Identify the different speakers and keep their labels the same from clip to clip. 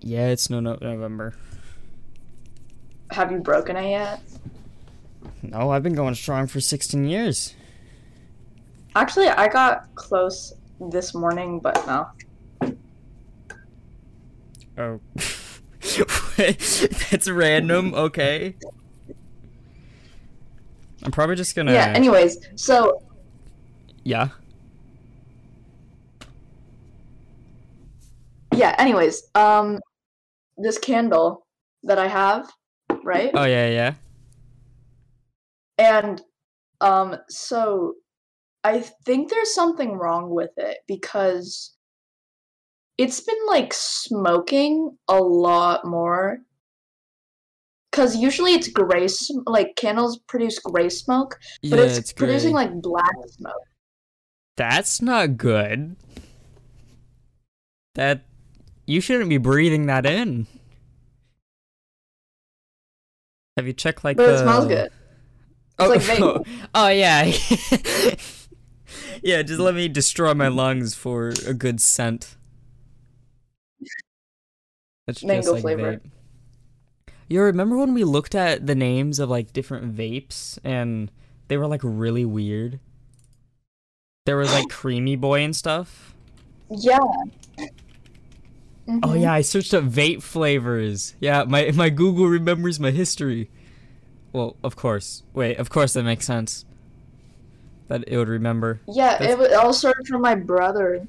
Speaker 1: Yeah, it's no, no November.
Speaker 2: Have you broken it yet?
Speaker 1: No, I've been going strong for 16 years.
Speaker 2: Actually, I got close this morning, but no.
Speaker 1: Oh. That's random, okay. I'm probably just gonna.
Speaker 2: Yeah, anyways, so
Speaker 1: Yeah.
Speaker 2: yeah, anyways, um this candle that I have, right?
Speaker 1: Oh, yeah, yeah.
Speaker 2: And um so I think there's something wrong with it because it's been like smoking a lot more. Cuz usually it's gray sm- like candles produce gray smoke, but
Speaker 1: yeah,
Speaker 2: it's, producing
Speaker 1: great.
Speaker 2: like black smoke.
Speaker 1: That's not good. That. You shouldn't be breathing that in. Have you checked, like,
Speaker 2: But
Speaker 1: the.
Speaker 2: it smells good. It's like vape.
Speaker 1: oh, oh, yeah. yeah, just let me destroy my lungs for a good scent. That's
Speaker 2: Mango flavor.
Speaker 1: vape. You remember when we looked at the names of like different vapes and they were like really weird? There was like Creamy Boy and stuff.
Speaker 2: Yeah.
Speaker 1: Oh
Speaker 2: Mhm.
Speaker 1: yeah, I searched up vape flavors. Yeah, my my Google remembers my history. Well, of course. Wait, of course that makes sense. That it would remember.
Speaker 2: Yeah,
Speaker 1: That's-
Speaker 2: it was all started from my brother.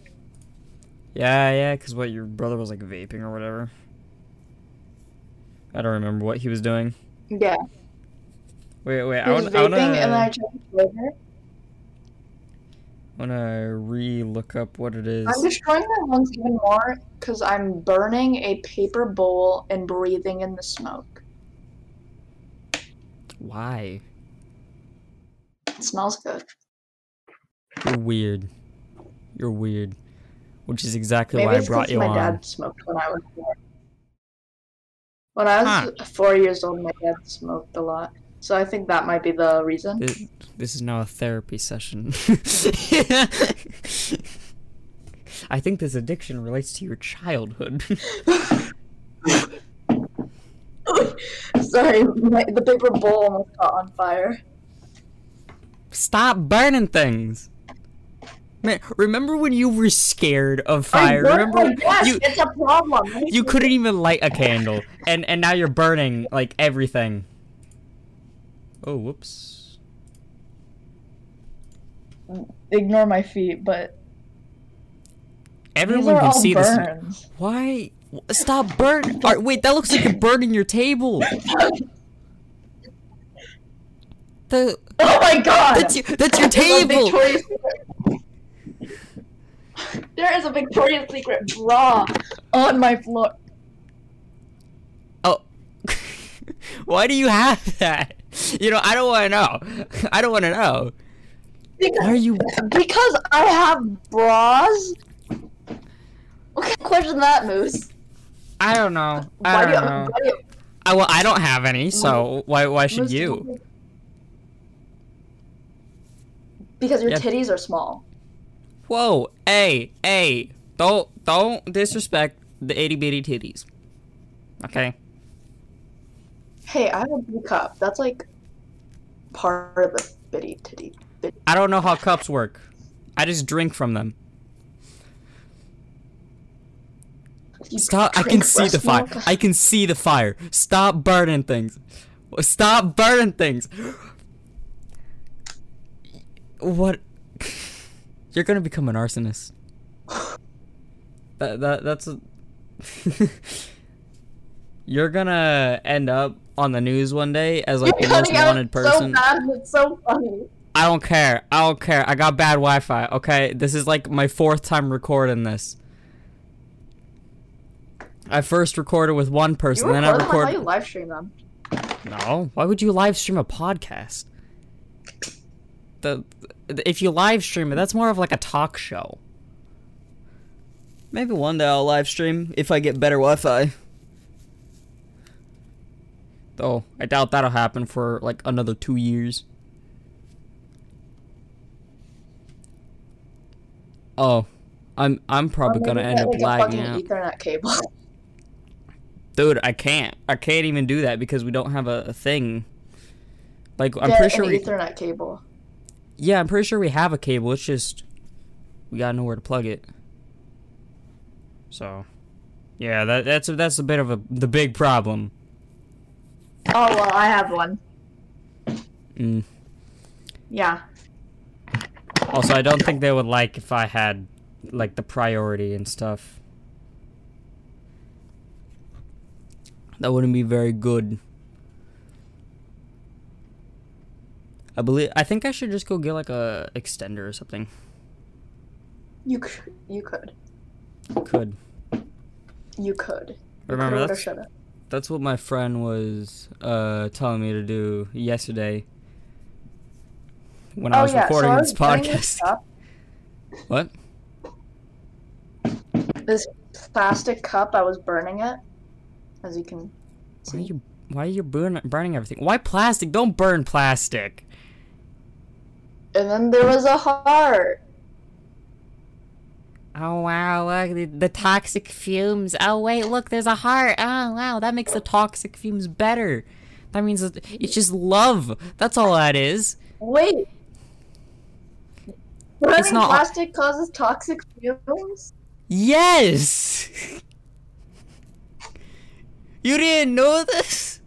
Speaker 1: Yeah, yeah, because what your brother was like vaping or whatever. I don't remember what he was doing.
Speaker 2: Yeah,
Speaker 1: Wait, wait,
Speaker 2: he
Speaker 1: I
Speaker 2: was
Speaker 1: want, I
Speaker 2: vaping,
Speaker 1: want
Speaker 2: and then I
Speaker 1: to
Speaker 2: changed flavor.
Speaker 1: want to re-look up what it is.
Speaker 2: I'm destroying my lungs even more because I'm burning a paper bowl and breathing in the smoke.
Speaker 1: Why?
Speaker 2: It smells good.
Speaker 1: You're weird. You're weird. Which is exactly
Speaker 2: Maybe
Speaker 1: why I
Speaker 2: it's
Speaker 1: brought
Speaker 2: because
Speaker 1: you
Speaker 2: my
Speaker 1: on.
Speaker 2: dad smoked when I was four. When I was four years old, my dad smoked a lot, so I think that might be the reason.
Speaker 1: This, this is now a therapy session. I think this addiction relates to your childhood.
Speaker 2: Sorry, my, the paper bowl almost caught on fire.
Speaker 1: Stop burning things. Man, remember when you were scared of fire?
Speaker 2: I burnt my
Speaker 1: remember
Speaker 2: desk,
Speaker 1: you
Speaker 2: it's a problem.
Speaker 1: you couldn't even light a candle, and and now you're burning like everything. Oh, whoops.
Speaker 2: ignore my feet, but
Speaker 1: Everyone
Speaker 2: These are
Speaker 1: can
Speaker 2: all
Speaker 1: see this.
Speaker 2: burns.
Speaker 1: Why? Stop burning. Wait, that looks like you're burning your table. The
Speaker 2: Oh my god!
Speaker 1: That's your, that's your
Speaker 2: There's a
Speaker 1: table.
Speaker 2: Victoria's Secret- there is a Victoria's Secret bra on my floor.
Speaker 1: Oh, why do you have that? You know, I don't want to know. I don't want to know. Why are
Speaker 2: Because,
Speaker 1: you?
Speaker 2: because I have bras? What kind of question is that, Moose?
Speaker 1: I don't know.
Speaker 2: why
Speaker 1: I
Speaker 2: do you,
Speaker 1: don't know.
Speaker 2: why do you-
Speaker 1: I, well, I don't have any, so why why should
Speaker 2: Moose, do
Speaker 1: you?
Speaker 2: Because your
Speaker 1: Yeah.
Speaker 2: titties are small.
Speaker 1: Whoa, hey, hey, don't don't disrespect the itty bitty titties. Okay.
Speaker 2: Hey, I have a blue cup. That's like part of the bitty titty. Bitty.
Speaker 1: I don't know how cups work. I just drink from them.
Speaker 2: You
Speaker 1: Stop! I can
Speaker 2: drink
Speaker 1: see the
Speaker 2: breast
Speaker 1: fire.
Speaker 2: milk?
Speaker 1: I can see the fire. Stop burning things. Stop burning things. What? You're gonna become an arsonist. That, that that's. A... You're gonna end up on the news one day as like the
Speaker 2: You're
Speaker 1: most
Speaker 2: cutting out
Speaker 1: wanted person.
Speaker 2: So bad, it's so funny.
Speaker 1: I don't care. I don't care. I got bad Wi-Fi. Okay, this is like my fourth time recording this. I first recorded with one
Speaker 2: You
Speaker 1: person,
Speaker 2: record
Speaker 1: then I
Speaker 2: them? I thought
Speaker 1: recorded.
Speaker 2: you live stream them.
Speaker 1: No, why would you live stream a podcast? The, the if you live stream it, that's more of like a talk show. Maybe one day I'll live stream if I get better Wi-Fi. Though I doubt that'll happen for like another two years. Oh, I'm I'm probably
Speaker 2: Or
Speaker 1: gonna
Speaker 2: maybe
Speaker 1: end
Speaker 2: get,
Speaker 1: up
Speaker 2: like, a
Speaker 1: lagging
Speaker 2: fucking
Speaker 1: out.
Speaker 2: Ethernet cable.
Speaker 1: Dude, I can't. I can't even do that because we don't have a, a thing. Like I'm
Speaker 2: Get
Speaker 1: pretty sure
Speaker 2: an
Speaker 1: we
Speaker 2: Ethernet cable.
Speaker 1: Yeah, I'm pretty sure we have a cable. It's just we got nowhere to plug it. So, yeah, that, that's a, that's a bit of a the big problem.
Speaker 2: Oh well, I have one.
Speaker 1: Mm.
Speaker 2: Yeah.
Speaker 1: Also, I don't think they would like if I had like the priority and stuff. That wouldn't be very good. I believe I think I should just go get like a extender or something.
Speaker 2: You c- you could.
Speaker 1: Could.
Speaker 2: You could.
Speaker 1: Remember
Speaker 2: Coulda, woulda,
Speaker 1: that's
Speaker 2: shoulda.
Speaker 1: That's what my friend was uh, telling me to do yesterday when I
Speaker 2: oh,
Speaker 1: was
Speaker 2: yeah, so
Speaker 1: recording
Speaker 2: I
Speaker 1: this
Speaker 2: was doing
Speaker 1: podcast.
Speaker 2: cup,
Speaker 1: what?
Speaker 2: this plastic cup, I was burning it, as you
Speaker 1: Why
Speaker 2: can
Speaker 1: are
Speaker 2: see.
Speaker 1: you why are you burn, burning everything? Why plastic? Don't burn plastic.
Speaker 2: And then there was a heart.
Speaker 1: Oh wow! Look the, the toxic fumes. Oh wait, look, there's a heart. Oh wow, that makes the toxic fumes better. That means that it's just love. That's all that is.
Speaker 2: Wait. Burning
Speaker 1: not-
Speaker 2: plastic causes toxic fumes.
Speaker 1: Yes. you didn't know this?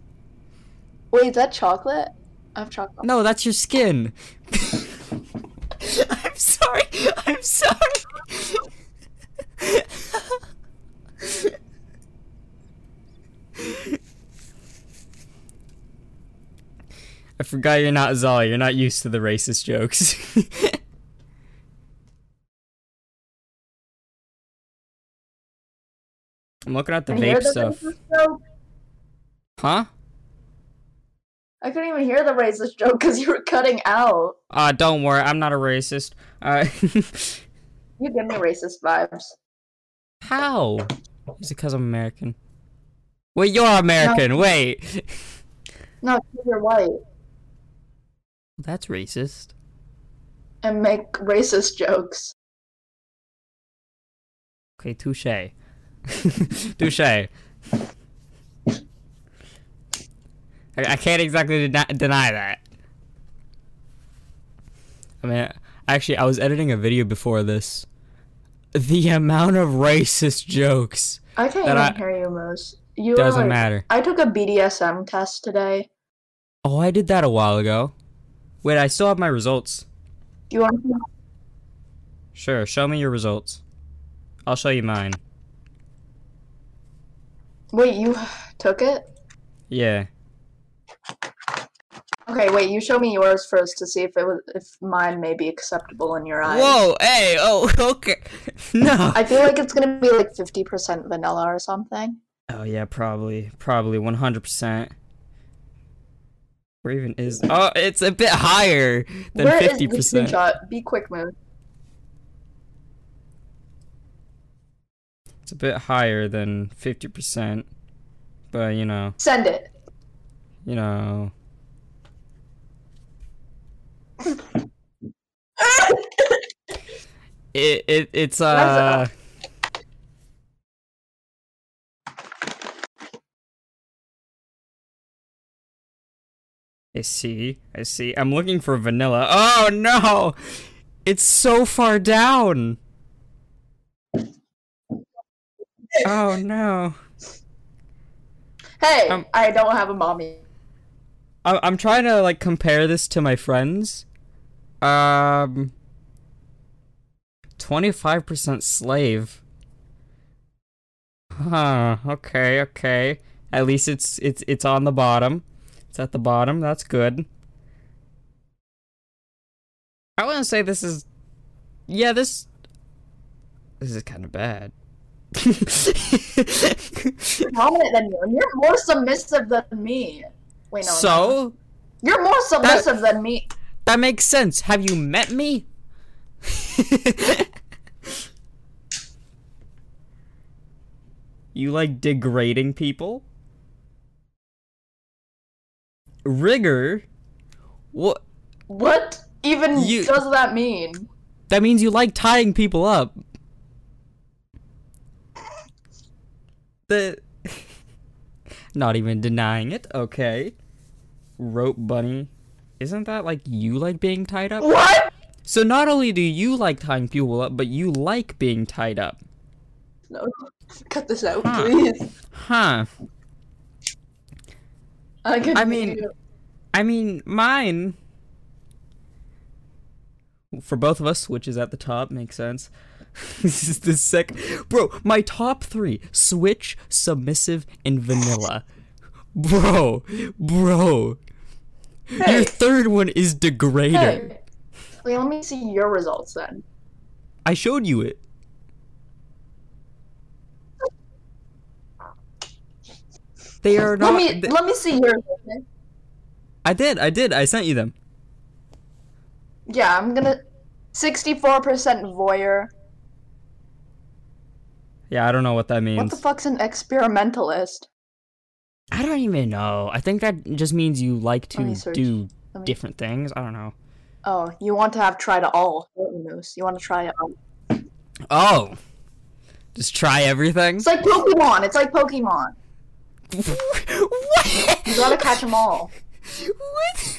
Speaker 2: Wait, is that chocolate? I have chocolate.
Speaker 1: No, that's your skin. I'm sorry. I'm sorry. I forgot you're not Zala. You're not used to the racist jokes. I'm looking at the
Speaker 2: I hear
Speaker 1: vape
Speaker 2: the
Speaker 1: stuff.
Speaker 2: racist joke.
Speaker 1: Huh?
Speaker 2: I couldn't even hear the racist joke because you were cutting out.
Speaker 1: Uh, don't worry. I'm not a racist. Uh,
Speaker 2: You give me racist vibes.
Speaker 1: How? Is it because I'm American? Wait, you're American. Wait.
Speaker 2: No, you're white
Speaker 1: That's racist.
Speaker 2: and make racist jokes.
Speaker 1: Okay, touche. touche. I, I can't exactly deny, deny that. I mean, actually, I was editing a video before this. The amount of racist jokes
Speaker 2: I can't
Speaker 1: That
Speaker 2: even
Speaker 1: I-
Speaker 2: hear you, Moose. You are
Speaker 1: doesn't
Speaker 2: like-
Speaker 1: matter.
Speaker 2: I took a BDSM test today.
Speaker 1: Oh, I did that a while ago. Wait, I still have my results.
Speaker 2: Do you want? To...
Speaker 1: Sure, show me your results. I'll show you mine.
Speaker 2: Wait, you took it?
Speaker 1: Yeah.
Speaker 2: Okay, wait. You show me yours first to see if it was if mine may be acceptable in your eyes.
Speaker 1: Whoa, hey, oh, okay. No.
Speaker 2: I feel like it's gonna be like fifty percent vanilla or something.
Speaker 1: Oh yeah, probably, probably 100%. Where even is? Oh, it's a bit higher than
Speaker 2: Where is the
Speaker 1: 50%.
Speaker 2: screenshot? Be quick, Moose.
Speaker 1: it's a bit higher than 50%. But you know,
Speaker 2: Send it.
Speaker 1: you know. It, it it's uh I see. I see. I'm looking for vanilla. Oh no. It's so far down. Oh no.
Speaker 2: hey,
Speaker 1: Um,
Speaker 2: I don't have a mommy.
Speaker 1: I- I'm trying to like compare this to my friends. Um, twenty five percent slave. Huh. Okay. Okay. At least it's it's it's on the bottom. It's at the bottom. That's good. I wouldn't say this is. Yeah. This. This is kind of bad.
Speaker 2: Dominant than you. and You're more submissive than me. Wait, no. no.
Speaker 1: so
Speaker 2: You're more submissive than me.
Speaker 1: That makes sense. Have you met me? you like degrading people? Rigor? What?
Speaker 2: What even
Speaker 1: You-
Speaker 2: does that mean?
Speaker 1: That means you like tying people up. The Not even denying it. Okay. Rope bunny. Isn't that like you like being tied up?
Speaker 2: What?
Speaker 1: So not only do you like tying people up, but you like being tied up.
Speaker 2: No, cut this out,
Speaker 1: Huh.
Speaker 2: please.
Speaker 1: Huh.
Speaker 2: I, can
Speaker 1: I mean- I mean, mine for both of us, which is at the top, makes sense. this is the sec, bro. My top three: Switch, Submissive, and Vanilla. Bro, bro, your
Speaker 2: hey,
Speaker 1: third one is Degrader.
Speaker 2: hey. Wait, let me see your results then.
Speaker 1: I showed you it. They are not.
Speaker 2: let me
Speaker 1: th-
Speaker 2: let me see your. results.
Speaker 1: I did. I did. I sent you them.
Speaker 2: Yeah, I'm gonna. Sixty-four percent voyeur.
Speaker 1: Yeah, I don't know what that means.
Speaker 2: What the fuck's an experimentalist?
Speaker 1: I don't even know. I think that just means you like
Speaker 2: Let me
Speaker 1: to
Speaker 2: search.
Speaker 1: do
Speaker 2: Let me-
Speaker 1: different things. I don't know.
Speaker 2: Oh, you want to have try to all, don't you, Moose? You want to try it all.
Speaker 1: Oh, just try everything.
Speaker 2: It's like Pokemon. It's like Pokemon.
Speaker 1: what?
Speaker 2: You gotta catch them all.
Speaker 1: What?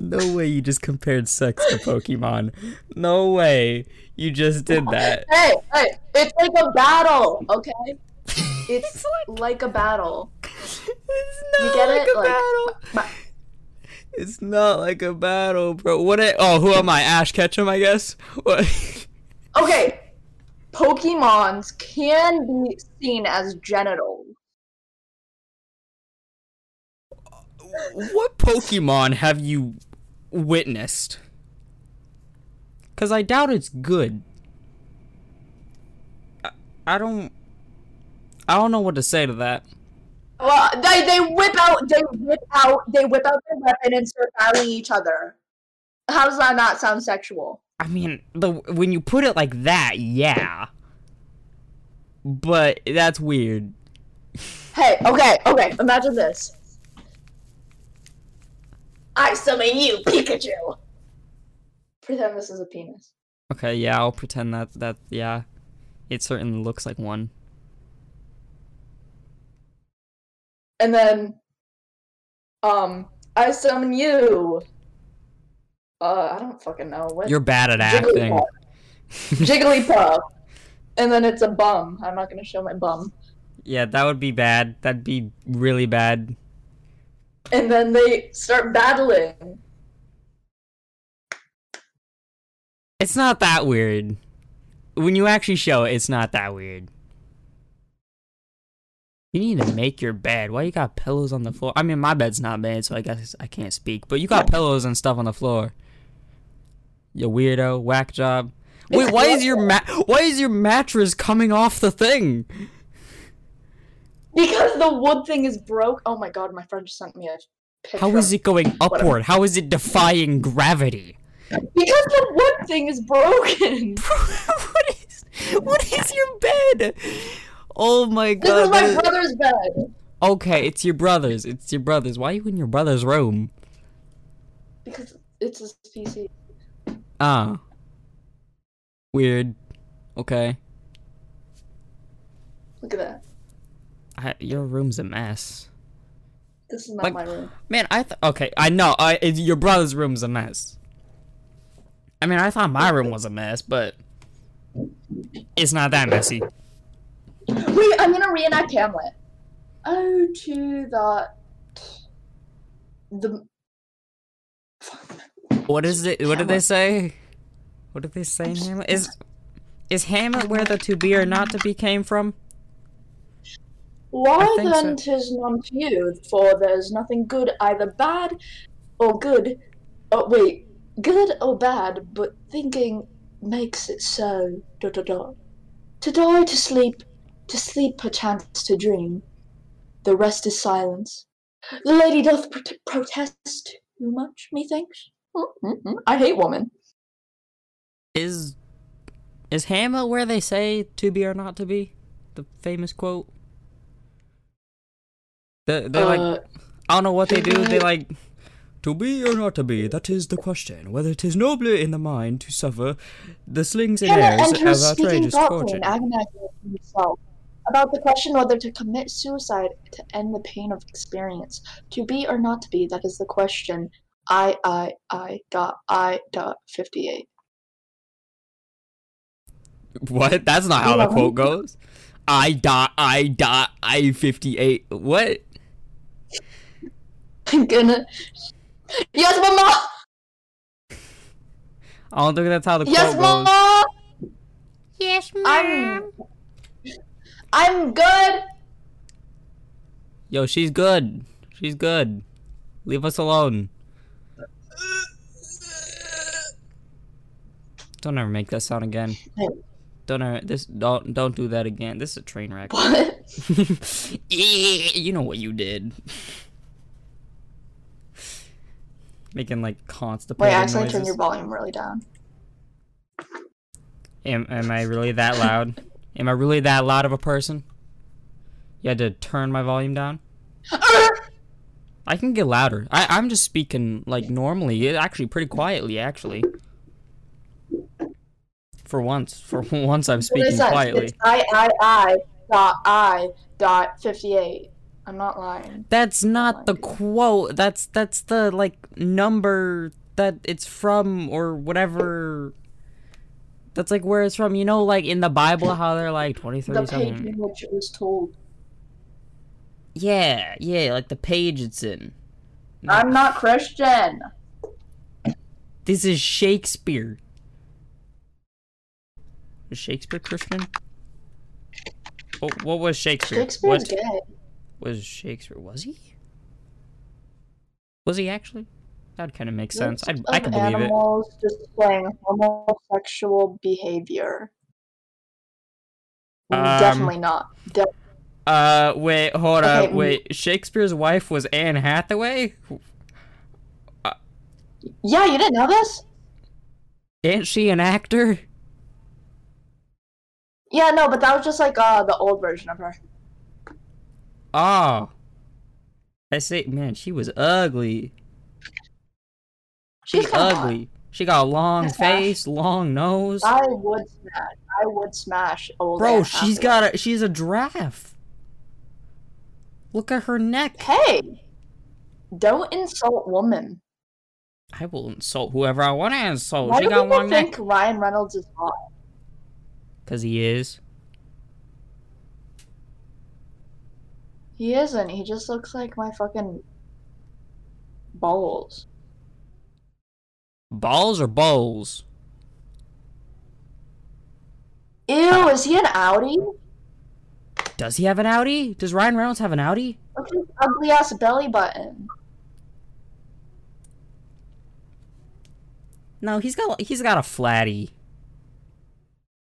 Speaker 1: No way you just compared sex to Pokemon. No way you just did that.
Speaker 2: Hey, hey, it's like a battle, okay? It's like a battle.
Speaker 1: It's not
Speaker 2: get
Speaker 1: like
Speaker 2: it?
Speaker 1: a
Speaker 2: Like,
Speaker 1: battle.
Speaker 2: my-
Speaker 1: It's not like a battle, bro. What? A- oh, who am I? Ash Ketchum, I guess. What?
Speaker 2: Okay, Pokemons can be seen as genitals.
Speaker 1: what Pokemon have you witnessed? Because I doubt it's good. I, I don't. I don't know what to say to that.
Speaker 2: Well, they they whip out, they whip out, they whip out their weapon and start battling each other. How does that not sound sexual?
Speaker 1: I mean, the when you put it like that, yeah. But that's weird.
Speaker 2: Hey, okay, okay, imagine this. I summon you, Pikachu. Pretend this is a penis.
Speaker 1: Okay, yeah, I'll pretend that that yeah, it certainly looks like one.
Speaker 2: And then, um, I summon you. Uh, I don't fucking know what.
Speaker 1: You're bad at acting.
Speaker 2: Jigglypuff. Jigglypuff. And then it's a bum. I'm not gonna show my bum.
Speaker 1: Yeah, that would be bad. That'd be really bad.
Speaker 2: And then they start battling.
Speaker 1: It's not that weird. When you actually show it, it's not that weird. You need to make your bed. Why you got pillows on the floor? I mean, my bed's not made, so I guess I can't speak. But you got pillows and stuff on the floor. You weirdo, whack job. Wait, why is your ma- why is your mattress coming off the thing?
Speaker 2: Because the wood thing is broke. Oh my god, my friend just sent me a picture.
Speaker 1: How is it going upward? How is it defying gravity?
Speaker 2: Because the wood thing is broken.
Speaker 1: what is what is your bed? Oh my
Speaker 2: This
Speaker 1: god.
Speaker 2: is my
Speaker 1: that is-
Speaker 2: brother's bed.
Speaker 1: Okay, it's your brother's. It's your brother's. Why are you in your brother's room?
Speaker 2: Because it's his PC.
Speaker 1: Ah. Weird. Okay.
Speaker 2: Look at that.
Speaker 1: I, your room's a mess.
Speaker 2: This is not
Speaker 1: Like-
Speaker 2: my room.
Speaker 1: Man, I th- okay, I know. I it, your brother's room's a mess. I mean, I thought my room was a mess, but it's not that messy.
Speaker 2: Wait, I'm gonna reenact Hamlet. Oh, to that. The. Fuck.
Speaker 1: What is it? What did they
Speaker 2: Hamlet.
Speaker 1: say? What did they say in Hamlet? Is is Hamlet where the to be or not to be came from?
Speaker 2: Why
Speaker 1: I think
Speaker 2: then 'tis none few, for there's nothing good, either bad or good. Oh, wait. Good or bad, but thinking makes it so. Dot, dot, dot. To die, to sleep, to sleep perchance to dream. The rest is silence. The lady doth prot- protest too much, methinks. Mm, mm, mm. I hate woman.
Speaker 1: Is is Hamlet where they say to be or not to be? The famous quote. They they like
Speaker 2: Uh,
Speaker 1: I don't know what they do. They
Speaker 2: Mhm.
Speaker 1: like to be or not to be. That is the question. Whether 'tis nobler in the mind to suffer the slings and
Speaker 2: Hamlet
Speaker 1: airs
Speaker 2: enters
Speaker 1: of
Speaker 2: speaking
Speaker 1: outrageous
Speaker 2: thoughtfully
Speaker 1: fortune.
Speaker 2: and agonizing himself. about the question whether to commit suicide to end the pain of experience. To be or not to be, that is the question. I, I, I, dot, I, dot, 58.
Speaker 1: What? That's not how the
Speaker 2: Yeah.
Speaker 1: quote goes. I dot I dot I fifty eight. What?
Speaker 2: I'm gonna. Yes, mama!
Speaker 1: I don't think that's how the quote
Speaker 2: Yes,
Speaker 1: goes.
Speaker 2: mama!
Speaker 3: Yes,
Speaker 2: I'm. I'm good!
Speaker 1: Yo, she's good. She's good. Leave us alone. Don't ever make that sound again.
Speaker 2: Hey.
Speaker 1: Don't ever this don't don't do that again. This is a train wreck.
Speaker 2: What?
Speaker 1: Yeah, you know what you did. Making like
Speaker 2: Wait,
Speaker 1: constipated
Speaker 2: actually,
Speaker 1: noises.
Speaker 2: turn your volume really down.
Speaker 1: Am am I really that loud? am I really that loud of a person? You had to turn my volume down. I can get louder. I I'm just speaking like normally. It actually pretty quietly actually. For once, for once I'm
Speaker 2: What I
Speaker 1: speaking
Speaker 2: said,
Speaker 1: quietly.
Speaker 2: It's I, I, I, dot, I, dot, 58. I'm not lying.
Speaker 1: That's not the
Speaker 2: like it.
Speaker 1: quote. That's that's the like number that it's from or whatever. That's like where it's from. You know, like in the Bible, how they're like twenty thirty
Speaker 2: The page
Speaker 1: something.
Speaker 2: in which it was told.
Speaker 1: Yeah, yeah, like the page it's in. No.
Speaker 2: I'm not Christian.
Speaker 1: This is Shakespeare. Was Shakespeare Christian? What, what was Shakespeare? what
Speaker 2: Shakespeare's gay.
Speaker 1: was Shakespeare? Was he? Was he actually? That kind of makes sense. I
Speaker 2: Groups
Speaker 1: I
Speaker 2: of
Speaker 1: can believe it.
Speaker 2: animals displaying homosexual behavior.
Speaker 1: Um,
Speaker 2: Definitely not. De-
Speaker 1: Uh, wait, hold
Speaker 2: Okay,
Speaker 1: up,
Speaker 2: mm.
Speaker 1: wait. Shakespeare's wife was Anne Hathaway?
Speaker 2: yeah, you didn't know this?
Speaker 1: Ain't she an actor?
Speaker 2: Yeah, no, but that was just like uh the old version of her.
Speaker 1: Oh. I say, man, she was ugly. She's
Speaker 2: She's kinda hot.
Speaker 1: ugly. She got a long
Speaker 2: She's hot.
Speaker 1: face, long nose.
Speaker 2: I would smash. I would smash old.
Speaker 1: Bro,
Speaker 2: Anne
Speaker 1: she's
Speaker 2: Hathaway.
Speaker 1: got a she's a giraffe. Look at her neck.
Speaker 2: Hey, don't insult woman.
Speaker 1: I will insult whoever I want to insult.
Speaker 2: Why
Speaker 1: Oh, she
Speaker 2: do
Speaker 1: got a
Speaker 2: people
Speaker 1: long neck.
Speaker 2: think Ryan Reynolds is hot?
Speaker 1: Cause he is.
Speaker 2: He isn't. He just looks like my fucking balls.
Speaker 1: Balls or bowls?
Speaker 2: Ew, is he an Audi?
Speaker 1: Does he have an Audi? Does Ryan Reynolds have an Audi?
Speaker 2: Look at his ugly ass belly button.
Speaker 1: No, he's got he's got a flatty.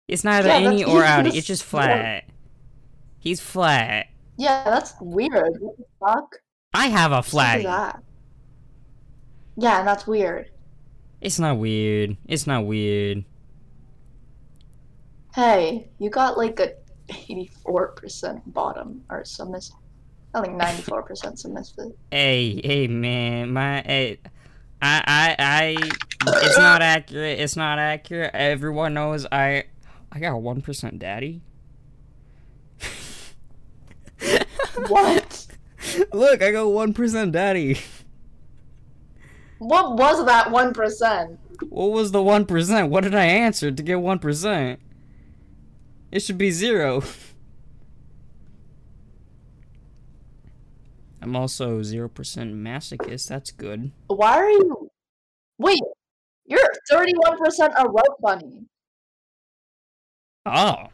Speaker 1: It's neither
Speaker 2: Yeah,
Speaker 1: any
Speaker 2: that's-
Speaker 1: or outy.
Speaker 2: he's just-
Speaker 1: It's just
Speaker 2: yeah.
Speaker 1: flat. He's flat.
Speaker 2: Yeah, that's weird. What the fuck?
Speaker 1: I have a
Speaker 2: Just look at
Speaker 1: flatty.
Speaker 2: that. Yeah, and that's weird.
Speaker 1: It's not weird. It's not weird.
Speaker 2: Hey, you got like a 84% bottom or submissive. I think 94% submissive.
Speaker 1: Hey, hey, man, my hey, I, I, I. It's not accurate. It's not accurate. Everyone knows I, I got a one percent daddy.
Speaker 2: What?
Speaker 1: Look, I got one percent daddy.
Speaker 2: What was that 1%?
Speaker 1: What was the one percent? What did I answer to get one percent? It should be zero. I'm also zero percent masochist. That's good.
Speaker 2: Why are you. Wait, you're 31% a rope bunny.
Speaker 1: Oh, I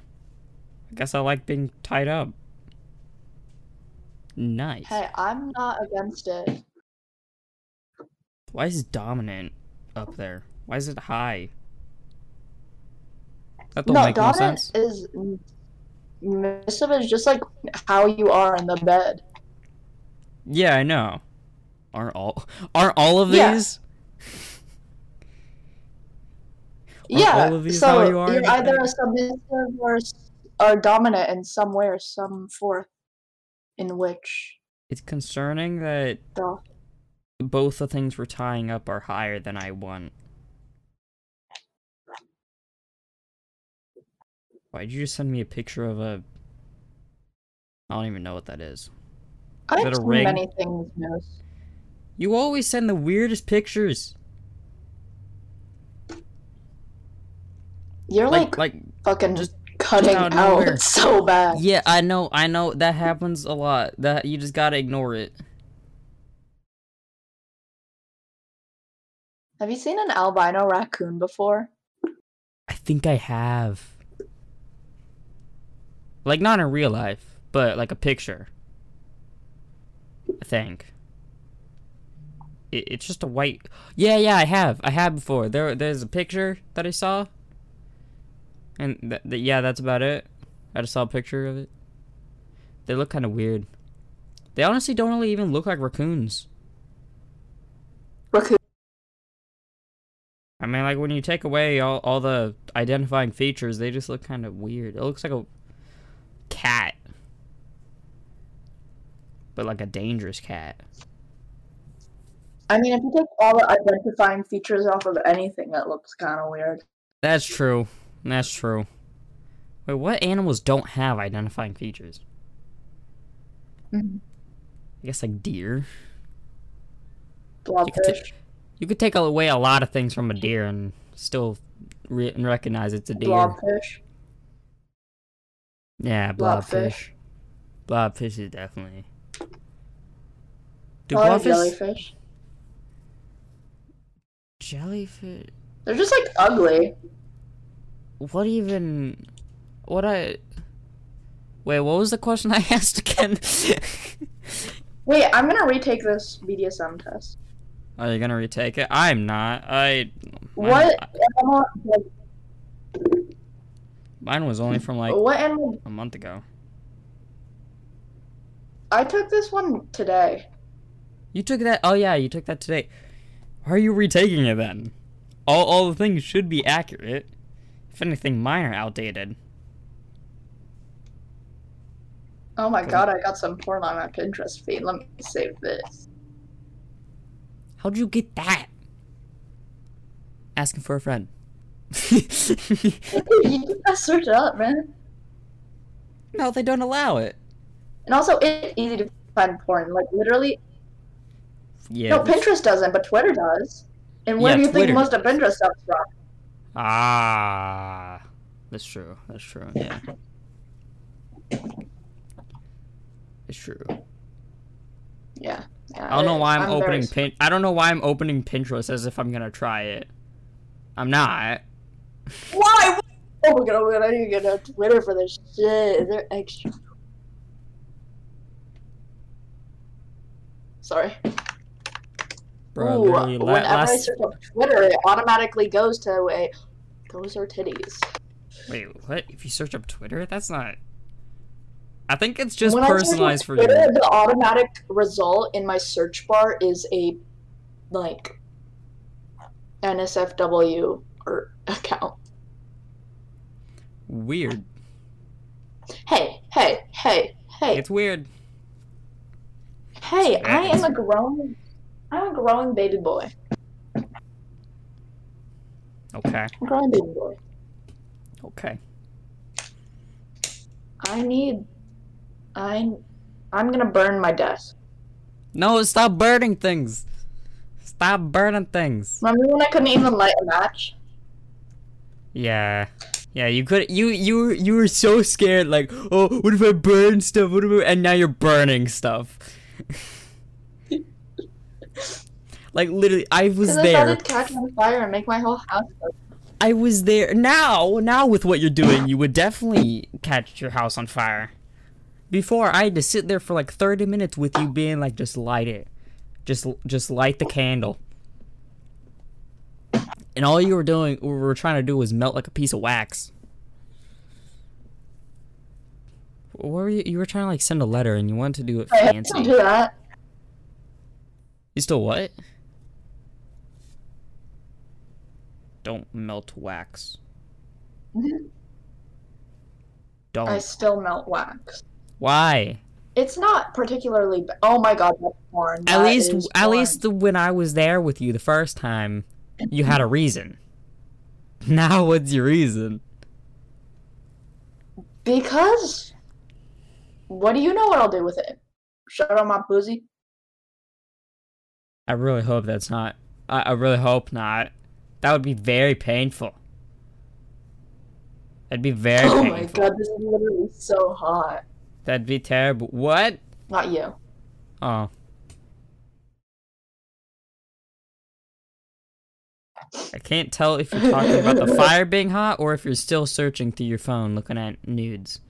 Speaker 1: guess I like being tied up. Nice.
Speaker 2: Hey, I'm not against it.
Speaker 1: Why is dominant up there? Why is it high? That don't
Speaker 2: no,
Speaker 1: make no
Speaker 2: dominant
Speaker 1: sense.
Speaker 2: is. Submissive is just like how you are in the bed.
Speaker 1: Yeah, I know. Aren't all aren't all of
Speaker 2: Yeah.
Speaker 1: these? Aren't
Speaker 2: yeah,
Speaker 1: all of these
Speaker 2: so
Speaker 1: how you are in
Speaker 2: you're
Speaker 1: the
Speaker 2: either
Speaker 1: bed?
Speaker 2: a submissive or, s- or dominant in some way or some forth in which
Speaker 1: It's concerning that
Speaker 2: the
Speaker 1: both the things we're tying up are higher than I want. Why'd you just send me a picture of a I don't even know what that is.
Speaker 2: I
Speaker 1: Is
Speaker 2: have
Speaker 1: it a
Speaker 2: so
Speaker 1: ring?
Speaker 2: many things nose.
Speaker 1: You always send the weirdest pictures.
Speaker 2: You're like,
Speaker 1: Like, like,
Speaker 2: fucking
Speaker 1: just
Speaker 2: just cutting
Speaker 1: out
Speaker 2: out,
Speaker 1: of nowhere.
Speaker 2: so bad.
Speaker 1: yeah, I know, I know that happens a lot. That you just gotta ignore it.
Speaker 2: Have you seen an albino raccoon before?
Speaker 1: I think I have. Like not in real life, but like a picture. I think. It, it's just a white. Yeah, yeah, I have. I have before. There, there's a picture that I saw. And th- th- yeah, that's about it. I just saw a picture of it. They look kind of weird. They honestly don't really even look like raccoons.
Speaker 2: Raccoon.
Speaker 1: I mean, like when you take away all, all the identifying features, they just look kind of weird. It looks like a cat, but like a dangerous cat.
Speaker 2: I mean, if you take all the identifying features off of anything, that looks kind of weird.
Speaker 1: That's true. That's true. Wait, what animals don't have identifying features?
Speaker 2: Mhm.
Speaker 1: I guess like deer. You could ta-
Speaker 2: Blobfish,
Speaker 1: You could take away a lot of things from a deer and still re- and recognize it's a deer.
Speaker 2: blobfish.
Speaker 1: Yeah, blobfish.
Speaker 2: Blobfish.
Speaker 1: Blobfish is definitely. Do
Speaker 2: Probably
Speaker 1: blobfish
Speaker 2: jellyfish.
Speaker 1: jellyfish?
Speaker 2: They're just like ugly.
Speaker 1: What even? What I? Wait, what was the question I asked again?
Speaker 2: Wait, I'm gonna retake this BDSM test.
Speaker 1: Are you gonna retake it? I'm not. I. mine-
Speaker 2: What animal? like,
Speaker 1: Mine was only from like
Speaker 2: what animal?
Speaker 1: a month ago.
Speaker 2: I took this one today.
Speaker 1: You took that. Oh yeah, you took that today. Why are you retaking it then? All all the things should be accurate. If anything, mine are outdated.
Speaker 2: Oh my
Speaker 1: Okay.
Speaker 2: god, I got some porn on my Pinterest feed. Let me save this.
Speaker 1: How'd you get that? Asking for a friend.
Speaker 2: you just gotta search it up, man.
Speaker 1: no, they don't allow it.
Speaker 2: And also, it's easy to find porn. Like literally,
Speaker 1: Yeah.
Speaker 2: no,
Speaker 1: this-
Speaker 2: Pinterest doesn't, but Twitter does. And where
Speaker 1: Yeah,
Speaker 2: do you
Speaker 1: Twitter
Speaker 2: think most of Pinterest stuff is from?
Speaker 1: Ah, that's true. That's true. Yeah, it's true.
Speaker 2: Yeah. yeah,
Speaker 1: I don't know
Speaker 2: it-
Speaker 1: why I'm,
Speaker 2: very
Speaker 1: opening
Speaker 2: s-
Speaker 1: pin. I don't know why I'm opening Pinterest as if I'm gonna try it. I'm not.
Speaker 2: Why? Oh my god! Oh my god! I need to get on Twitter for this shit. Is there extra? Sorry.
Speaker 1: Bro,
Speaker 2: Ooh,
Speaker 1: literally, la-
Speaker 2: whenever I
Speaker 1: last.
Speaker 2: search up Twitter, it automatically goes to a. Those are titties.
Speaker 1: Wait, what? If you search up Twitter, that's not. I think it's just
Speaker 2: When I search up
Speaker 1: personalized for you.
Speaker 2: Twitter, The automatic result in my search bar is a like NSFW or er, account.
Speaker 1: Weird.
Speaker 2: Hey, hey, hey, hey,
Speaker 1: It's weird.
Speaker 2: hey! I
Speaker 1: it's-
Speaker 2: am a growing, I'm a growing baby boy.
Speaker 1: Okay.
Speaker 2: I'm a growing baby boy.
Speaker 1: Okay.
Speaker 2: I need, I, I'm gonna burn my desk.
Speaker 1: No, stop burning things. Stop burning things.
Speaker 2: Remember when I couldn't even light a match?
Speaker 1: Yeah. Yeah, you could you you were- you were so scared like, "Oh, what if I burn stuff? What if I, and now you're burning stuff." like literally, I was
Speaker 2: Because I
Speaker 1: there.
Speaker 2: thought it'd catch on fire and make my whole house. go-
Speaker 1: I was there. Now, now with what you're doing, you would definitely catch your house on fire. Before, I had to sit there for like 30 minutes with you being like, just light it, just just light the candle. And all you were doing, we were trying to do, was melt like a piece of wax. What were you? You were trying to like send a letter, and you wanted to do it
Speaker 2: Hey, don't
Speaker 1: fancy.
Speaker 2: do that.
Speaker 1: You still what? Don't melt wax. Oh. Don't.
Speaker 2: I still melt wax.
Speaker 1: Why?
Speaker 2: It's not particularly. Ba- oh my god, that's porn.
Speaker 1: At
Speaker 2: That
Speaker 1: least,
Speaker 2: is
Speaker 1: at
Speaker 2: porn.
Speaker 1: least the- when I was there with you the first time, you had a reason. Now, what's your reason?
Speaker 2: because What do you know what I'll do with it? Shut up, my pussy.
Speaker 1: I really hope that's not. I, I really hope not. That would be very painful. That'd be very
Speaker 2: Oh my
Speaker 1: painful.
Speaker 2: god, this is literally so hot.
Speaker 1: That'd be terrible. What?
Speaker 2: Not you.
Speaker 1: Oh. I can't tell if you're talking about the fire being hot or if you're still searching through your phone looking at nudes.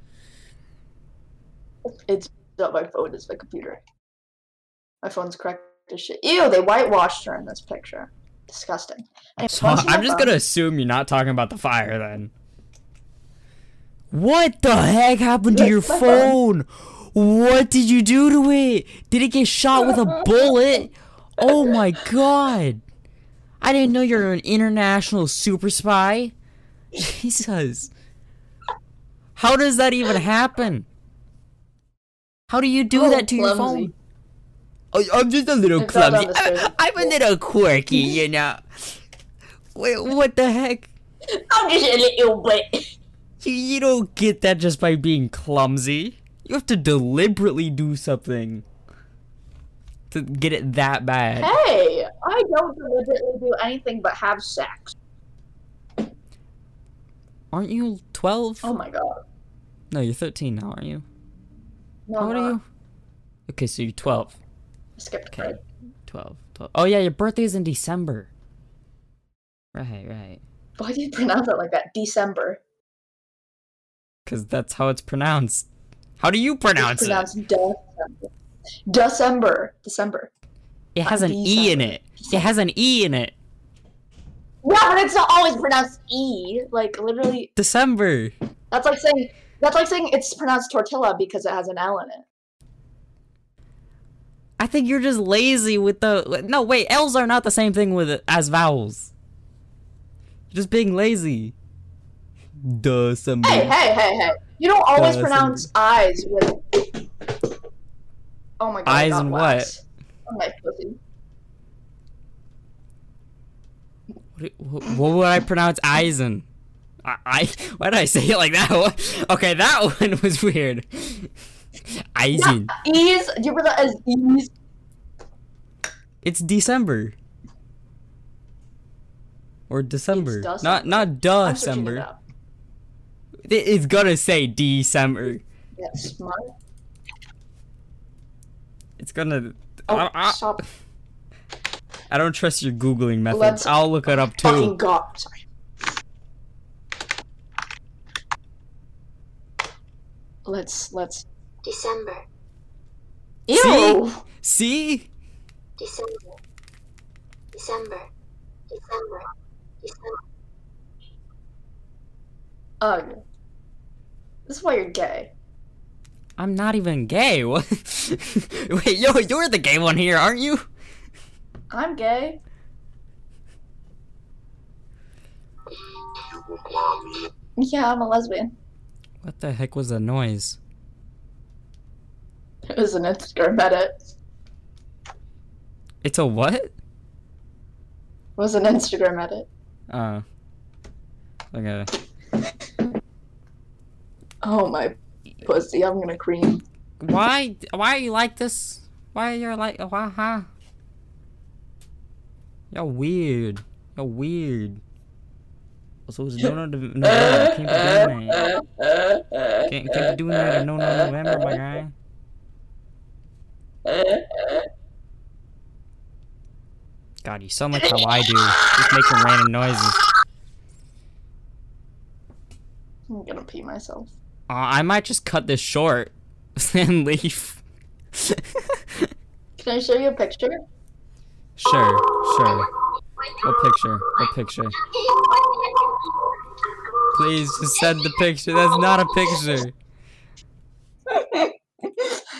Speaker 2: It's not my phone, it's my computer. My phone's cracked as shit. Ew, they whitewashed her in this picture. Disgusting. Anyway,
Speaker 1: So
Speaker 2: once in
Speaker 1: I'm
Speaker 2: my
Speaker 1: just
Speaker 2: phone-
Speaker 1: gonna assume you're not talking about the fire then. What the heck happened to
Speaker 2: That's
Speaker 1: your
Speaker 2: my phone.
Speaker 1: phone? What did you do to it? Did it get shot with a bullet? Oh my god. I didn't know you were an international super spy. Jesus. How does that even happen? How do you do
Speaker 2: Oh,
Speaker 1: that to your
Speaker 2: clumsy.
Speaker 1: phone? I- I'm just a little
Speaker 2: It fell down
Speaker 1: clumsy.
Speaker 2: the stairs.
Speaker 1: I, I'm a little quirky,
Speaker 2: Mm-hmm.
Speaker 1: you know. Wait, what the heck?
Speaker 2: I'm just a little bit.
Speaker 1: You, you don't get that just by being clumsy. You have to deliberately do something to get it that bad.
Speaker 2: Hey, I don't deliberately do anything but have sex.
Speaker 1: Aren't you 12?
Speaker 2: Oh my god.
Speaker 1: No, you're 13 now, aren't you?
Speaker 2: No,
Speaker 1: How old
Speaker 2: I'm
Speaker 1: are
Speaker 2: not.
Speaker 1: you? Okay, so you're 12.
Speaker 2: I skipped
Speaker 1: Okay.
Speaker 2: grade.
Speaker 1: 12. 12. Oh, yeah, your birthday's in December. Right, right.
Speaker 2: Why do you pronounce it like that? December.
Speaker 1: Because that's how it's pronounced. How do you pronounce
Speaker 2: it's
Speaker 1: it?
Speaker 2: pronounced December. December. December.
Speaker 1: It has an E in it. It has an E in it.
Speaker 2: Yeah, but it's not always pronounced E. Like literally,
Speaker 1: December.
Speaker 2: that's like saying that's like saying it's pronounced tortilla because it has an L in it.
Speaker 1: I think you're just lazy with the. No, wait. L's are not the same thing with as vowels. You're just being lazy. December.
Speaker 2: Hey, hey, hey, hey! You don't always
Speaker 1: December.
Speaker 2: pronounce eyes with. Oh my god! I
Speaker 1: Eyes
Speaker 2: got
Speaker 1: and
Speaker 2: wax. Oh my pussy.
Speaker 1: What, what would I pronounce Eisen? I, I why did I say it like that? What- Okay, that one was weird. Eisen.
Speaker 2: E's. Do you remember that as E's?
Speaker 1: It's December. Or December. Not
Speaker 2: December.
Speaker 1: not
Speaker 2: I'm searching it
Speaker 1: December.
Speaker 2: up.
Speaker 1: It it's gonna say December.
Speaker 2: Yes, my.
Speaker 1: It's gonna.
Speaker 2: Oh,
Speaker 1: I, I,
Speaker 2: stop!
Speaker 1: I don't trust your googling methods.
Speaker 2: Let's-
Speaker 1: I'll look it up too.
Speaker 2: Fucking god! Sorry. Let's let's.
Speaker 3: December,
Speaker 2: Ew!
Speaker 1: See?
Speaker 3: December, December, December, December.
Speaker 2: Ugh. This is why you're gay.
Speaker 1: I'm not even gay. What? Wait, yo, you're the gay one here, aren't you?
Speaker 2: I'm gay. Yeah, I'm a lesbian.
Speaker 1: What the heck was that noise?
Speaker 2: It was an Instagram edit.
Speaker 1: It's a what?
Speaker 2: It was an Instagram edit.
Speaker 1: Oh. Okay.
Speaker 2: Oh my pussy, I'm gonna cream.
Speaker 1: Why? Why are you like this? Why are you like? Why? Huh? You're weird. You're weird. Also, it's no, no, no, no, no, can't be doing that. Can't, can't be doing that. in No, no, November, my guy. God, you sound like how I do, just making random noises.
Speaker 2: I'm gonna pee myself.
Speaker 1: Uh, I might just cut this short and leave.
Speaker 2: Can I show you a picture?
Speaker 1: sure, sure. What picture? What picture? Please just send the picture. That's not a picture.
Speaker 2: I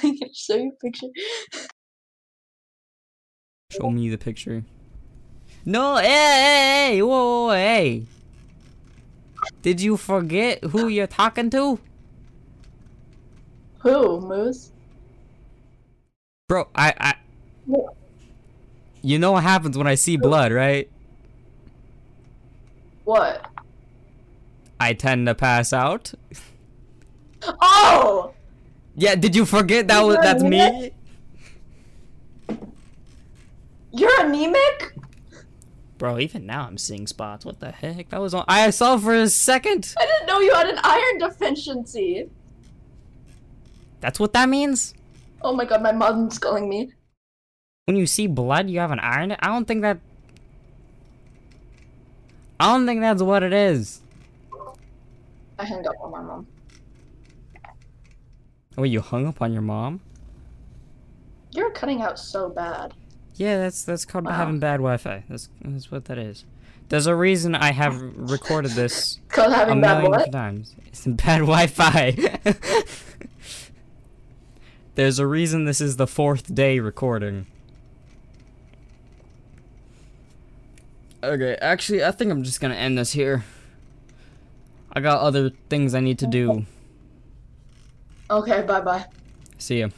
Speaker 2: can show you a picture.
Speaker 1: Show me the picture. No, hey, hey, hey, whoa, whoa, hey. Did you forget who you're talking to?
Speaker 2: Who, Moose?
Speaker 1: Bro, I, I, you know what happens when I see blood, right?
Speaker 2: What?
Speaker 1: I tend to pass out.
Speaker 2: Oh!
Speaker 1: Yeah, did you forget that was that's me?
Speaker 2: You're anemic?
Speaker 1: Bro, even now I'm seeing spots. What the heck? That was on I saw for a second.
Speaker 2: I didn't know you had an iron deficiency.
Speaker 1: That's what that means?
Speaker 2: Oh my god, my mom's calling me.
Speaker 1: When you see blood, you have an iron? I don't think that I don't think that's what it is.
Speaker 2: I hung up on my mom.
Speaker 1: Wait, you hung up on your mom?
Speaker 2: You're cutting out so bad.
Speaker 1: Yeah, that's that's called
Speaker 2: Wow.
Speaker 1: having bad Wi-Fi. That's that's what that is. There's a reason I have recorded this
Speaker 2: Cause
Speaker 1: a
Speaker 2: having bad
Speaker 1: million
Speaker 2: what?
Speaker 1: times. It's bad Wi-Fi. There's a reason this is the fourth day recording. Okay, actually, I think I'm just gonna end this here. I got other things I need to do.
Speaker 2: Okay, bye bye.
Speaker 1: See ya.